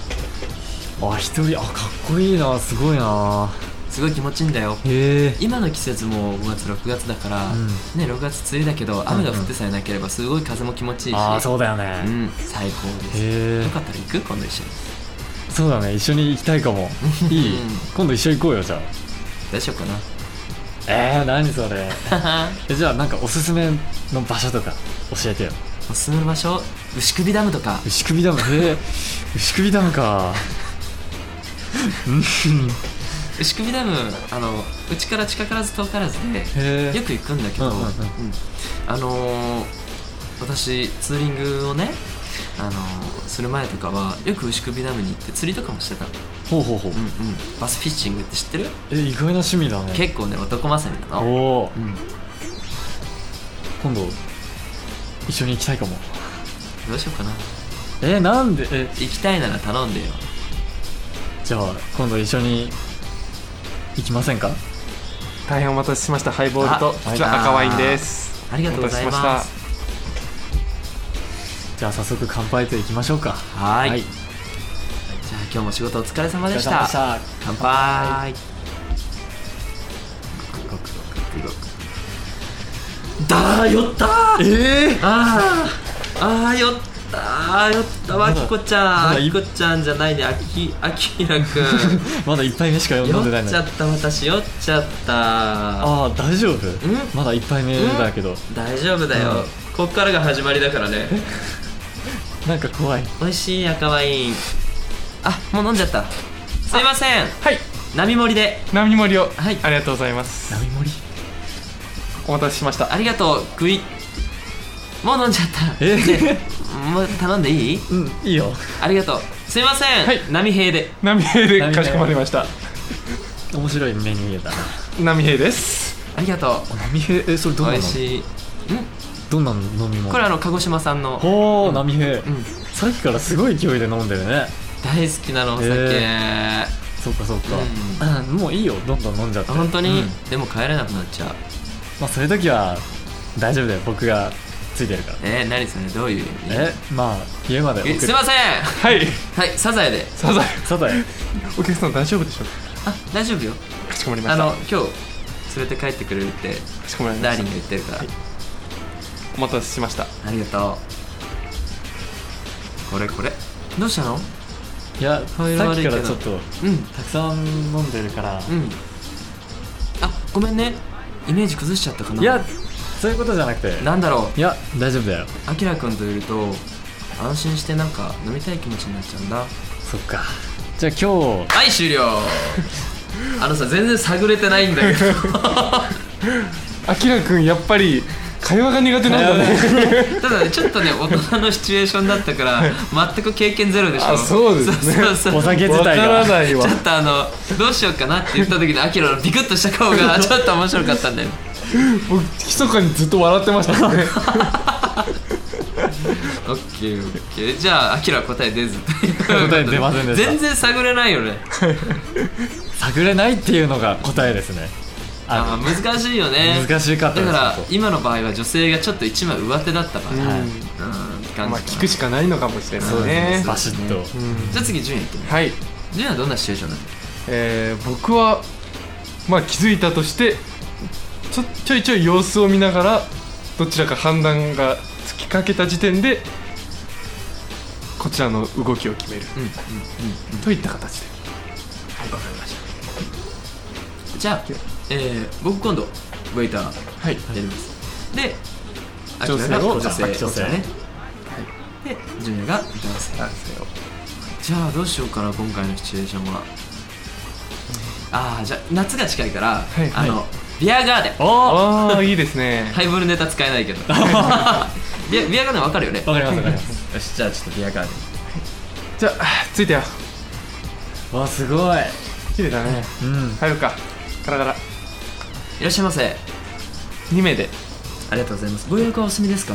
Speaker 3: あ一人あかっこいいなすごいな
Speaker 1: すごい気持ちいいんだよ
Speaker 3: へえ
Speaker 1: 今の季節も5月6月だから、
Speaker 3: うん
Speaker 1: ね、6月梅雨だけど雨が降ってさえなければすごい風も気持ちいいし、
Speaker 3: ああそうだよ
Speaker 1: う
Speaker 3: ね
Speaker 1: ん、最高です
Speaker 3: へえ
Speaker 1: よかったら行く今度一緒に
Speaker 3: そうだね一緒に行きたい
Speaker 1: <laughs>
Speaker 3: かもいい今度一緒行こうよじゃあ
Speaker 1: どうしようか
Speaker 3: えー、何それ
Speaker 1: な <laughs>
Speaker 3: えじゃあなんかおすすめの場所とか教えてよ
Speaker 1: おすすめの場所牛首ダムとか
Speaker 3: 牛首ダムへえ牛首ダムか
Speaker 1: 牛首ダムあのうちから近からず遠からずで
Speaker 3: へ
Speaker 1: よく行くんだけど、
Speaker 3: うんうんうん
Speaker 1: あのー私ツーリングをねあのーする前とかはよく牛首ダムに行って釣りとかもしてたの、
Speaker 3: ほうほうほう
Speaker 1: うんうん、バスフィッシングって知ってる
Speaker 3: え意外な趣味だね
Speaker 1: 結構ね男勝りなの
Speaker 3: おお
Speaker 1: うん
Speaker 3: 今度一緒に行きたいかも
Speaker 1: どうしようかな
Speaker 3: えー、なんでえ
Speaker 1: 行きたいなら頼んでよ
Speaker 3: じゃあ今度一緒に行きませんか
Speaker 2: 大変お待たせしましたハイボールと
Speaker 1: あ
Speaker 2: こちら赤ワインです
Speaker 1: ありがとうございます
Speaker 2: お待たせし
Speaker 3: じゃあ早速乾杯といきましょうか
Speaker 1: はーい
Speaker 3: はい
Speaker 1: じゃあ今日も仕事お疲れ様
Speaker 3: お疲
Speaker 1: で
Speaker 3: れ
Speaker 1: し
Speaker 3: 様
Speaker 1: た
Speaker 3: でした
Speaker 1: 乾杯だー酔ったー
Speaker 3: ええ
Speaker 1: あーあー酔ったー酔ったわ
Speaker 3: まだ
Speaker 1: きこちゃん
Speaker 3: ま
Speaker 1: あ
Speaker 3: だい
Speaker 1: きこちゃんじゃないねあきあきらくん
Speaker 3: まだ一杯目しか飲んでない
Speaker 1: 酔
Speaker 3: の
Speaker 1: っ
Speaker 3: に
Speaker 1: ちゃった私酔っちゃった
Speaker 3: ああ大丈夫
Speaker 1: ん
Speaker 3: まだ一杯目だけど
Speaker 1: 大丈夫だよ、
Speaker 3: うん
Speaker 1: こっからが始まりだからね
Speaker 3: なんか怖い
Speaker 1: 美味しい赤ワインあもう飲んじゃったすいません
Speaker 2: ましたはい
Speaker 1: 並盛りで
Speaker 2: 並盛りを、
Speaker 1: はい
Speaker 2: ありがとうございます
Speaker 3: 並盛り
Speaker 2: お待たせしました
Speaker 1: ありがとう食いもう飲んじゃった
Speaker 3: え
Speaker 1: ねもう頼んでいい
Speaker 3: うんいいよ
Speaker 1: ありがとうすいません、
Speaker 2: はい
Speaker 1: 波平で
Speaker 2: 波平でかしこまりました
Speaker 3: 面白いメニューだな
Speaker 2: 波平です
Speaker 1: ありがと
Speaker 3: 波平えそれ
Speaker 1: う
Speaker 3: どん
Speaker 1: 美
Speaker 3: なの
Speaker 1: 味しいん
Speaker 3: どんな飲み物
Speaker 1: これあの鹿児島産の
Speaker 3: ほう波平
Speaker 1: うん
Speaker 3: さっきからすごい勢いで飲んでるね
Speaker 1: 大好きなのお酒、
Speaker 3: そっかそっかうんもういいよどんどん飲んじゃって
Speaker 1: あ本当に、
Speaker 3: うん
Speaker 1: でも帰れなくなっちゃう
Speaker 3: まあそういう時は大丈夫だよ僕がついてるから
Speaker 1: えー、何それどういう意味
Speaker 3: えまあ家まで送
Speaker 1: え
Speaker 3: る
Speaker 1: すいません
Speaker 2: はい
Speaker 1: はいサザエで
Speaker 2: サザエ
Speaker 3: さて
Speaker 2: お客さん大丈夫でしょう
Speaker 1: あ大丈夫よ
Speaker 2: かかしこまりま
Speaker 1: あ
Speaker 2: した
Speaker 1: の
Speaker 2: か
Speaker 1: 今日連れて帰ってくれるって
Speaker 2: しこまりま
Speaker 1: ダーリ
Speaker 2: し
Speaker 1: ンが
Speaker 2: た
Speaker 1: 言ってるから、
Speaker 2: はいお待たせしました
Speaker 1: ありがとうこれこれどうしたの
Speaker 3: いやさ
Speaker 1: 色
Speaker 3: っ
Speaker 1: 悪い
Speaker 3: き
Speaker 1: け
Speaker 3: か
Speaker 1: ど
Speaker 3: らちょっと
Speaker 1: うん
Speaker 3: たくさん飲んでるから
Speaker 1: うんあごめんねイメージ崩しちゃったかない
Speaker 3: やそういうことじゃなくて
Speaker 1: なんだろ
Speaker 3: いや大丈夫だよ
Speaker 1: うあきらくんといると安心してなんか飲みたい気持ちになっちゃうんだ
Speaker 3: そっかじゃあ今日
Speaker 1: はい <laughs> 終了あのさ全然探れてないんだけど
Speaker 2: あきらくんやっぱり会話が苦手なんだ
Speaker 1: <laughs>
Speaker 2: ね
Speaker 1: ただねちょっとね大人のシチュエーションだったから全く経験ゼロでしょ
Speaker 2: あそうですね
Speaker 1: そうそうそう
Speaker 3: お酒
Speaker 2: わ
Speaker 3: 自
Speaker 2: か
Speaker 3: 体
Speaker 2: ら
Speaker 3: が
Speaker 2: ないわ
Speaker 1: ちょっとあのどうしようかなって言った時のアキラのビクッとした顔 <laughs> がちょっと面白かったんだよ
Speaker 2: 僕密かにずっと笑ってました <laughs> ね
Speaker 1: オッケーオッケーじゃあアキラ答え出ず
Speaker 3: 答え出ませんでした
Speaker 1: 全然探れないよね
Speaker 3: 探れないっていうのが答えですね
Speaker 1: あ
Speaker 3: あ
Speaker 1: まあ難しいよね
Speaker 3: 難しかった
Speaker 1: だ
Speaker 3: です
Speaker 1: から
Speaker 3: 本当
Speaker 1: 今の場合は女性がちょっと一枚上手だったから、
Speaker 3: はい
Speaker 1: うんって感じかな
Speaker 2: まあ聞くしかないのかもしれな
Speaker 3: そう
Speaker 2: い
Speaker 3: ですね
Speaker 2: ね
Speaker 3: バシッと
Speaker 2: うん
Speaker 1: じゃあ次順位いってみよ
Speaker 2: はい
Speaker 1: ジュンはどんなシチュエーションなの
Speaker 2: えー僕は、まあ、気づいたとしてちょちょいちょい様子を見ながらどちらか判断がつきかけた時点でこちらの動きを決める、
Speaker 1: うんうん
Speaker 2: といった形で
Speaker 1: はいわかりましたじゃあ、えー、僕今度ウェイター
Speaker 2: はい
Speaker 1: やります、で
Speaker 2: 女性を
Speaker 1: 女性
Speaker 3: あ女性
Speaker 1: ね、でジュニアが男性
Speaker 2: 男性を
Speaker 1: じゃあどうしようかな今回のシチュエーションはああじゃあ夏が近いから、
Speaker 2: い
Speaker 1: あのビアガーデン
Speaker 3: お
Speaker 2: ああいいですね
Speaker 1: ハイボールネタ使えないけ <laughs> どビアビアガーデンわかるよね
Speaker 3: わかりますわかります
Speaker 1: よしじゃあちょっとビアガーデン
Speaker 2: <laughs> じゃあついてよ
Speaker 3: わすごい
Speaker 2: 綺麗だね
Speaker 3: うん
Speaker 2: 入るかガラガラ
Speaker 1: いらっしゃいませあ
Speaker 2: 2名で
Speaker 1: りがとうございますご予約はお済みですか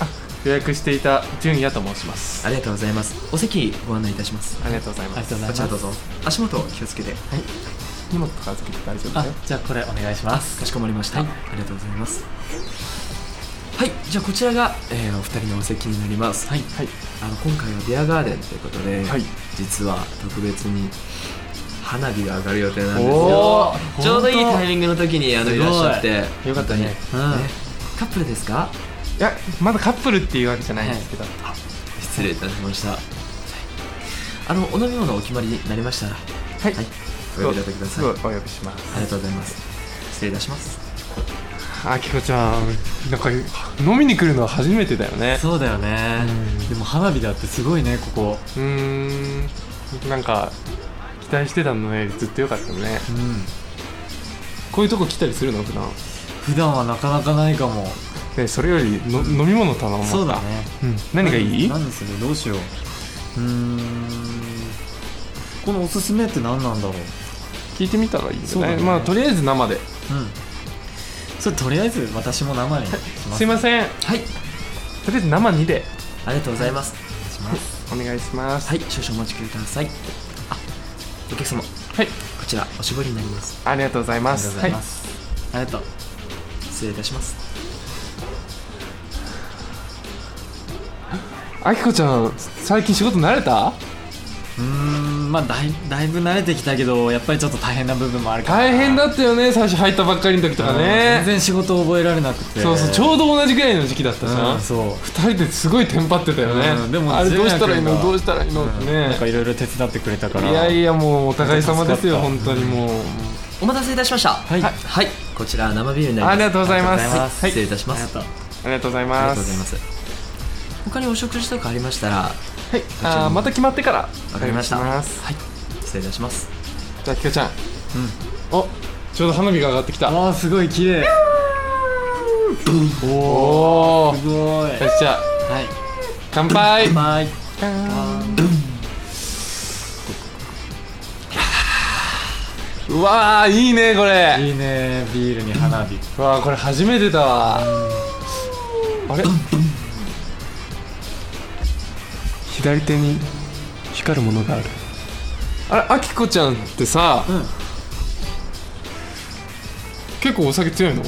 Speaker 2: あ予約していた純也と申します
Speaker 1: ありがとうございますお席ご案内いたします
Speaker 2: ありがとうございます
Speaker 3: ありがとうござ
Speaker 1: こ
Speaker 3: います
Speaker 1: ちらどうぞ足元気をつけて
Speaker 2: 荷物とか預けて大丈夫
Speaker 3: あ
Speaker 2: だよ
Speaker 3: じゃあこれお願いします
Speaker 1: かしこまりました、ありがとうございますはいじゃあこちらが、えーお二人のお席になりますはい、
Speaker 2: はい
Speaker 1: あの今回はビアガーデンということで、
Speaker 2: はい
Speaker 1: 実は特別に花火が上がる予定なんですよ
Speaker 2: おお
Speaker 1: ちょうどいいタイミングの時にあの
Speaker 3: す
Speaker 1: い
Speaker 3: ごい
Speaker 1: らっしゃって
Speaker 2: よかったね
Speaker 3: うん
Speaker 1: ねカップルですか
Speaker 2: いやまだカップルっていうわけじゃないんですけど、
Speaker 1: 失礼いたしました、はいあのお飲み物お決まりになりましたら
Speaker 2: はい
Speaker 1: はいお呼び立てください
Speaker 2: す
Speaker 1: あ
Speaker 2: ごいお呼びします
Speaker 1: りがとうございます失礼いたします
Speaker 2: あきこちゃんなんか飲みに来るのは初めてだよね
Speaker 3: そうだよね
Speaker 2: うん
Speaker 3: でも花火だってすごいねここ
Speaker 2: うーんなんか期待してたのよりずっと良かったね
Speaker 3: うん
Speaker 2: こういうとこ来たりするの普段
Speaker 3: 普段はなかなかないかも
Speaker 2: ねそれよりの飲み物頼もう
Speaker 3: そうだね
Speaker 2: うん何がいい
Speaker 3: 何にするどうしよううーんこのおすすめって何なんだろう
Speaker 2: 聞いてみたらいいんじゃ
Speaker 3: そう
Speaker 2: な
Speaker 3: だ
Speaker 2: い、
Speaker 3: ね
Speaker 2: まあとりあえず生で
Speaker 3: うんそれとりあえず私も生にします
Speaker 2: すいません
Speaker 1: はい
Speaker 2: とりあえず生2で
Speaker 1: ありがとうございます、
Speaker 3: します
Speaker 2: お願いします
Speaker 1: はい、少々お待ちください。あ、お客様、こ
Speaker 2: はい、
Speaker 1: ちらおしぼりになります。
Speaker 2: ありがとうござい
Speaker 3: あ
Speaker 2: ま
Speaker 3: りがとう
Speaker 2: す
Speaker 3: ござい
Speaker 2: は
Speaker 3: ますありがとう
Speaker 1: 失礼いたします。
Speaker 2: あきこちゃん最近仕事慣れた
Speaker 3: うーんまあだいだいぶ慣れてきたけどやっぱりちょっと大変な部分もあるから
Speaker 2: 大変だったよね最初入ったばっかりの時とか
Speaker 3: ね
Speaker 2: ね
Speaker 3: 全然仕事覚えられなくて
Speaker 2: そうそうちょうど同じぐらいの時期だったじゃ
Speaker 3: うんんそう
Speaker 2: 二人ですごいテンパってたよね、
Speaker 3: うんでも
Speaker 2: あれどうしたらいい
Speaker 3: ジュニア君
Speaker 2: の
Speaker 3: が
Speaker 2: どうしたらいいのって
Speaker 3: なんか
Speaker 2: ね、
Speaker 3: いろいろ手伝ってくれたから
Speaker 2: いやいやもうお互い様ですよ
Speaker 3: 本
Speaker 2: 本当にもう、
Speaker 1: お待たせいたしました。はいはい、こちら生ビールになります。
Speaker 2: ありがとうございま
Speaker 3: ありがとう
Speaker 1: は
Speaker 2: す
Speaker 3: ございま
Speaker 1: い、失礼いたしま
Speaker 3: あり
Speaker 1: す。
Speaker 3: がとう
Speaker 2: ありがとうござい
Speaker 1: ありが
Speaker 2: ま
Speaker 1: とうございますす。他にお食事とかありましたら、わ
Speaker 2: はいあーまた決まってから
Speaker 1: かりました。
Speaker 2: お願
Speaker 1: はい
Speaker 2: しま、
Speaker 1: 失礼いたします。
Speaker 2: すじゃあきこちゃん、おちょうど花火が上がってきた
Speaker 3: わあすごい綺麗
Speaker 2: お
Speaker 3: おお
Speaker 2: お
Speaker 3: すごい
Speaker 2: よしじゃあ
Speaker 3: はい
Speaker 2: 乾杯
Speaker 3: まい
Speaker 2: うわーいいねこれ
Speaker 3: いいねビールに花火
Speaker 2: うわーこれ初めてだわあれ左手に光るものがあるあれあきこちゃんってさ、
Speaker 3: ん
Speaker 2: 結構お酒強いの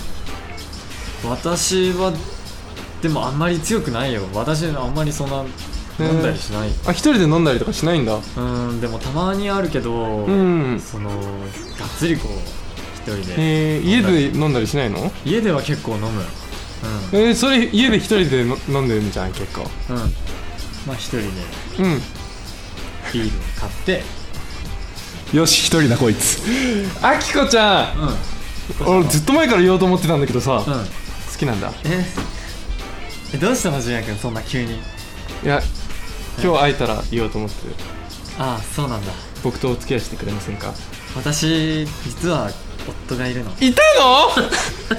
Speaker 3: 私はでもあんまり強くないよ私あんまりそんな飲んだりしない、
Speaker 2: あ一人で飲んだりとかしないんだ
Speaker 3: うんでもたまにあるけど、
Speaker 2: うん
Speaker 3: そのがっつりこう一人で
Speaker 2: えー、家で飲んだりしないの
Speaker 3: 家では結構飲む
Speaker 2: えー、それ家で一人での飲んでるんじゃん結構
Speaker 3: うんうんまあ一人で
Speaker 2: うん
Speaker 3: ビールを買って
Speaker 2: よし一人だこいつあきこちゃん俺ずっと前から言おうと思ってたんだけどさ、
Speaker 3: うん
Speaker 2: 好
Speaker 3: うん
Speaker 2: きなんだ
Speaker 3: ええどうしたの純也君そんな急
Speaker 2: い
Speaker 3: に
Speaker 2: や今日会えたら言おうと思って
Speaker 3: ああそうなんだ
Speaker 2: 僕とお付き合いしてくれませんか
Speaker 3: 私実は夫がいる <laughs> の
Speaker 2: いた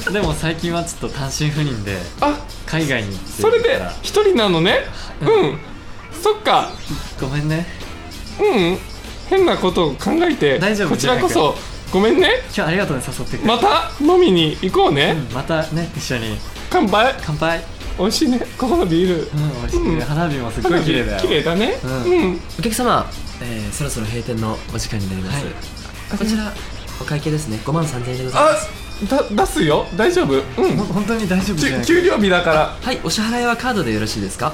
Speaker 2: の
Speaker 3: でも最近はちょっと単身赴任で
Speaker 2: あ
Speaker 3: 海外に行って
Speaker 2: それ
Speaker 3: るか
Speaker 2: で
Speaker 3: ら
Speaker 2: 一人なのねうんそっか
Speaker 3: ごめんね
Speaker 2: うん変なことを考えて
Speaker 3: 大丈夫
Speaker 2: こちらこそごめんね
Speaker 3: 今日ありがとうね誘ってくれて、
Speaker 2: また飲みに行こうね、
Speaker 3: うんまたね一緒に
Speaker 2: 乾杯
Speaker 3: 乾杯
Speaker 2: 美味しいねここのビール
Speaker 3: うん美味しいね、
Speaker 2: うん
Speaker 3: 花火もすっごい綺麗だよ
Speaker 2: 綺麗だね
Speaker 3: う
Speaker 2: うんん、
Speaker 1: お客様、えー、そろそろ閉店のお時間になります。
Speaker 3: はい
Speaker 1: こちら、お会計ですね。5万3000円でございま
Speaker 2: あ
Speaker 1: す。
Speaker 2: だ出すよ大丈夫うん
Speaker 3: ほ本当に大丈夫
Speaker 2: ち
Speaker 3: じゃない
Speaker 2: 給料日だから
Speaker 1: はい、お支払いはカードでよろしいですか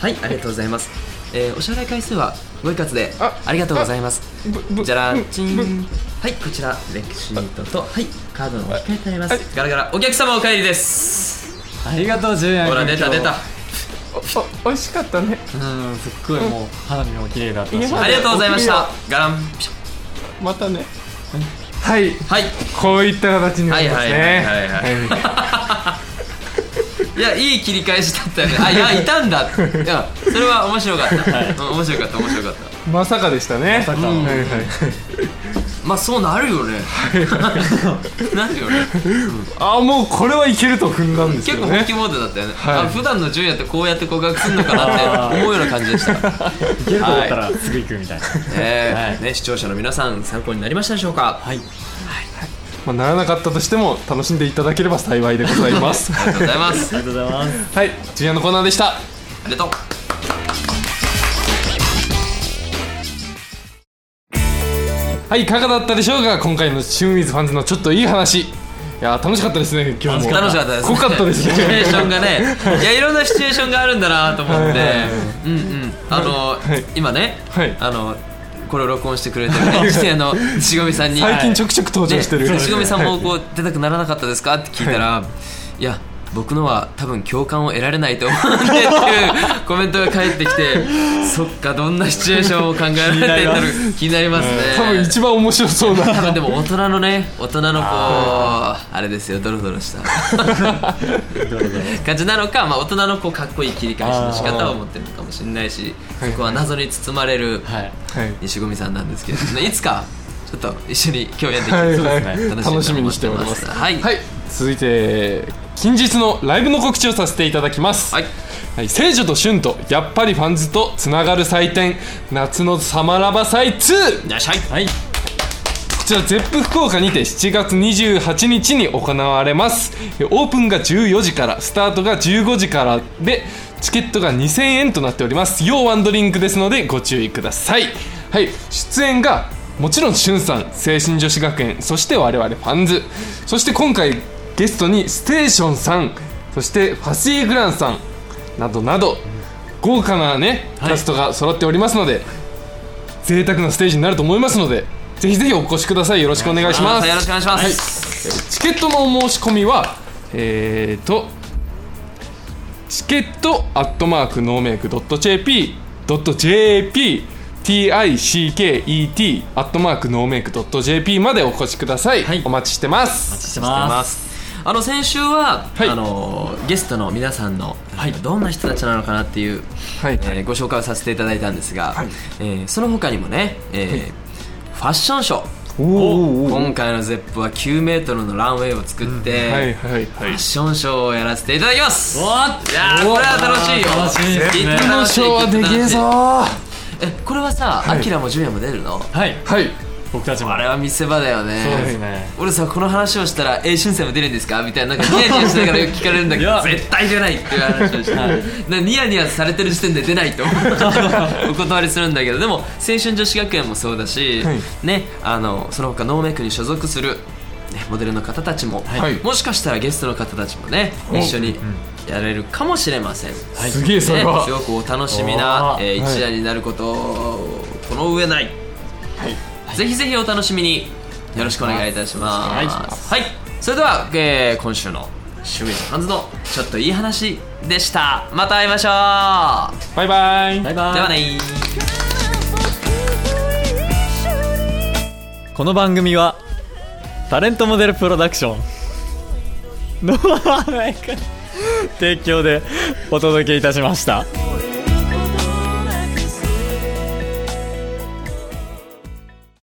Speaker 1: はい、ありがとうございます。えーお支払い回数はご一括であ
Speaker 2: あ
Speaker 1: りがとうございます
Speaker 2: ぶぶ
Speaker 1: じゃらーちん
Speaker 2: ぶ
Speaker 1: はいこちらレクシートとはいカードのお控えとなりま
Speaker 2: はい
Speaker 1: すガラガラお客様お帰りです
Speaker 3: ありがとう純也
Speaker 1: ほら出た出た
Speaker 2: おお美味しかったね
Speaker 3: うんすっごいもう花火も綺麗だったし
Speaker 2: いや
Speaker 1: ありがとうございましたガランピシャ
Speaker 2: またねはい
Speaker 1: はい
Speaker 2: こういった形になりますね
Speaker 1: はいはいはいいやいい切り返しだったよねあいやいたんだいやそれは面白かった、うん面白かった面白かった
Speaker 2: まさかでしたねまさ
Speaker 3: かの
Speaker 2: はいはい
Speaker 1: まあそうなるよねなるよね
Speaker 2: あもうこれはいけると踏んだんです
Speaker 1: 結
Speaker 2: よ
Speaker 1: 構
Speaker 2: ね
Speaker 1: 本気モードだったよね、
Speaker 2: はい
Speaker 1: あ普段の純也ってこうやって告白するのかなって思うような感じでした、
Speaker 3: いけると思ったらすぐ行くみたいな
Speaker 1: えー
Speaker 3: はい
Speaker 1: ね、視聴者の皆さん参考になりましたでしょうか
Speaker 3: はい
Speaker 2: まあ、ならなかったとしても楽しんでいただければ幸いでございます
Speaker 1: <laughs> ありがとうございます
Speaker 3: ありがとうございます
Speaker 2: はいジュニアのコーナーでした
Speaker 1: ありがとう
Speaker 2: はいいかがだったでしょうか今回の「チューンウィズファンズのちょっといい話」いやー楽しかったですね今日も
Speaker 1: 楽しかったです、
Speaker 2: 濃かったですね
Speaker 1: シチュ <laughs> エーションがねいやいろんなシチュエーションがあるんだなと思って、
Speaker 2: はいはいはい
Speaker 1: うんうんあの、
Speaker 2: はい
Speaker 1: 今ね、
Speaker 2: はい
Speaker 1: あのこれを録音してくれてるねあのしごみさんに
Speaker 2: 最近ちょくちょく登場してる、
Speaker 1: でしごみさんも
Speaker 2: は
Speaker 1: こう出たくならなかったですかって聞いたら、い、や僕のは多分共感を得られないと思うんでっていうコメントが返ってきてそっかどんなシチュエーションを考えられていたのか気になりますね
Speaker 2: い多分一番面白そうな
Speaker 1: 多分でも大人のね大人のこうあれですよドロドロした感じなのか、まあ、大人のこうかっこいい切り返しの仕方を持ってるのかもしれないしそこは謎に包まれる
Speaker 3: はい
Speaker 2: はい
Speaker 1: 西込さんなんですけれどもねいつかちょっと一緒に共演でき
Speaker 2: はい
Speaker 1: ると
Speaker 2: はい
Speaker 3: そう
Speaker 1: 楽しいなと思ってま
Speaker 3: です
Speaker 1: す
Speaker 2: 楽しみにしております
Speaker 1: はい
Speaker 2: はい、続いて近日のライブの告知をさせていただきます
Speaker 1: はい
Speaker 2: はい、聖女と旬とやっぱりファンズとつながる祭典夏のサマラバ祭2
Speaker 1: いらっしゃい
Speaker 3: はい
Speaker 2: こちらゼップ福岡にて7月28日に行われますえオープンが14時からスタートが15時からでチケットが2000円となっております要ワンドリンクですのでご注意くださいはい出演がもちろんしゅんさん青春女子学園そして我々ファンズそして今回ゲストにステーションさんそしてファシーグランさんなどなど豪華なねキャストが揃っておりますので、贅沢なステージになると思いますのでぜひぜひお越しくださいよろしくお願いします
Speaker 1: よろしくお願いします、
Speaker 2: チケットのお申し込みはえー、とチケットアットマークノーメイクドット JP ドット JP TICKET アットマークノーメイクドット JP までお越しください、
Speaker 3: はい
Speaker 2: お待ちしてます
Speaker 3: して
Speaker 1: ますあの先週は、
Speaker 2: はい
Speaker 1: あのゲストの皆さんの、どんな人たちなのかなっていう、
Speaker 2: はい、
Speaker 1: えーご紹介をさせていただいたんですが、
Speaker 2: はい
Speaker 1: えーその他にもね、えーファッションショー
Speaker 2: おーおーおー
Speaker 1: 今回の ZEP は9メートルのランウェイを作って、
Speaker 2: はい
Speaker 1: フ
Speaker 2: はいはい
Speaker 1: ァッションショーをやらせていただきますい
Speaker 3: わー
Speaker 1: やーこれは楽しいよ
Speaker 3: 楽しいですね
Speaker 1: きっと
Speaker 2: この
Speaker 1: 楽しい
Speaker 2: ショーはでけえぞー
Speaker 1: えこれはさアキラもジュニアも出るの
Speaker 3: はい
Speaker 2: はい
Speaker 3: 僕たちも
Speaker 1: あれは見せ場だよね
Speaker 3: そうですね
Speaker 1: 俺さこの話をしたら「え俊生も出るんですか?」みたいななんかニヤニヤしながらよく聞かれるんだけ
Speaker 3: い
Speaker 1: ど
Speaker 3: や
Speaker 1: 絶対出ないっていう話
Speaker 2: <laughs>
Speaker 1: をしてなニヤニヤされてる時点で出ないと <laughs> お断りするんだけどでも青春女子学園もそうだし、
Speaker 2: はい
Speaker 1: ねあのその他ノーメイクに所属する、ね、モデルの方たちも、
Speaker 2: はい
Speaker 1: もしかしたらゲストの方たちもね一緒にやれるかもしれません、
Speaker 3: い
Speaker 2: すげえそれ
Speaker 1: ね
Speaker 2: は
Speaker 1: すごくお楽しみな、
Speaker 3: お
Speaker 1: え
Speaker 3: ー
Speaker 1: ー
Speaker 2: はい
Speaker 1: 一夜になることをこの上ない、ぜひぜひお楽しみによろしくお願いいたします
Speaker 3: お願いします
Speaker 1: はいそれでは、えー今週の「趣味のハンズ」のちょっといい話でしたまた会いましょう
Speaker 2: バイバイ
Speaker 3: バイバイ
Speaker 1: ではね
Speaker 3: この番組はタレントモデルプロダクションの提供でお届けいたしました。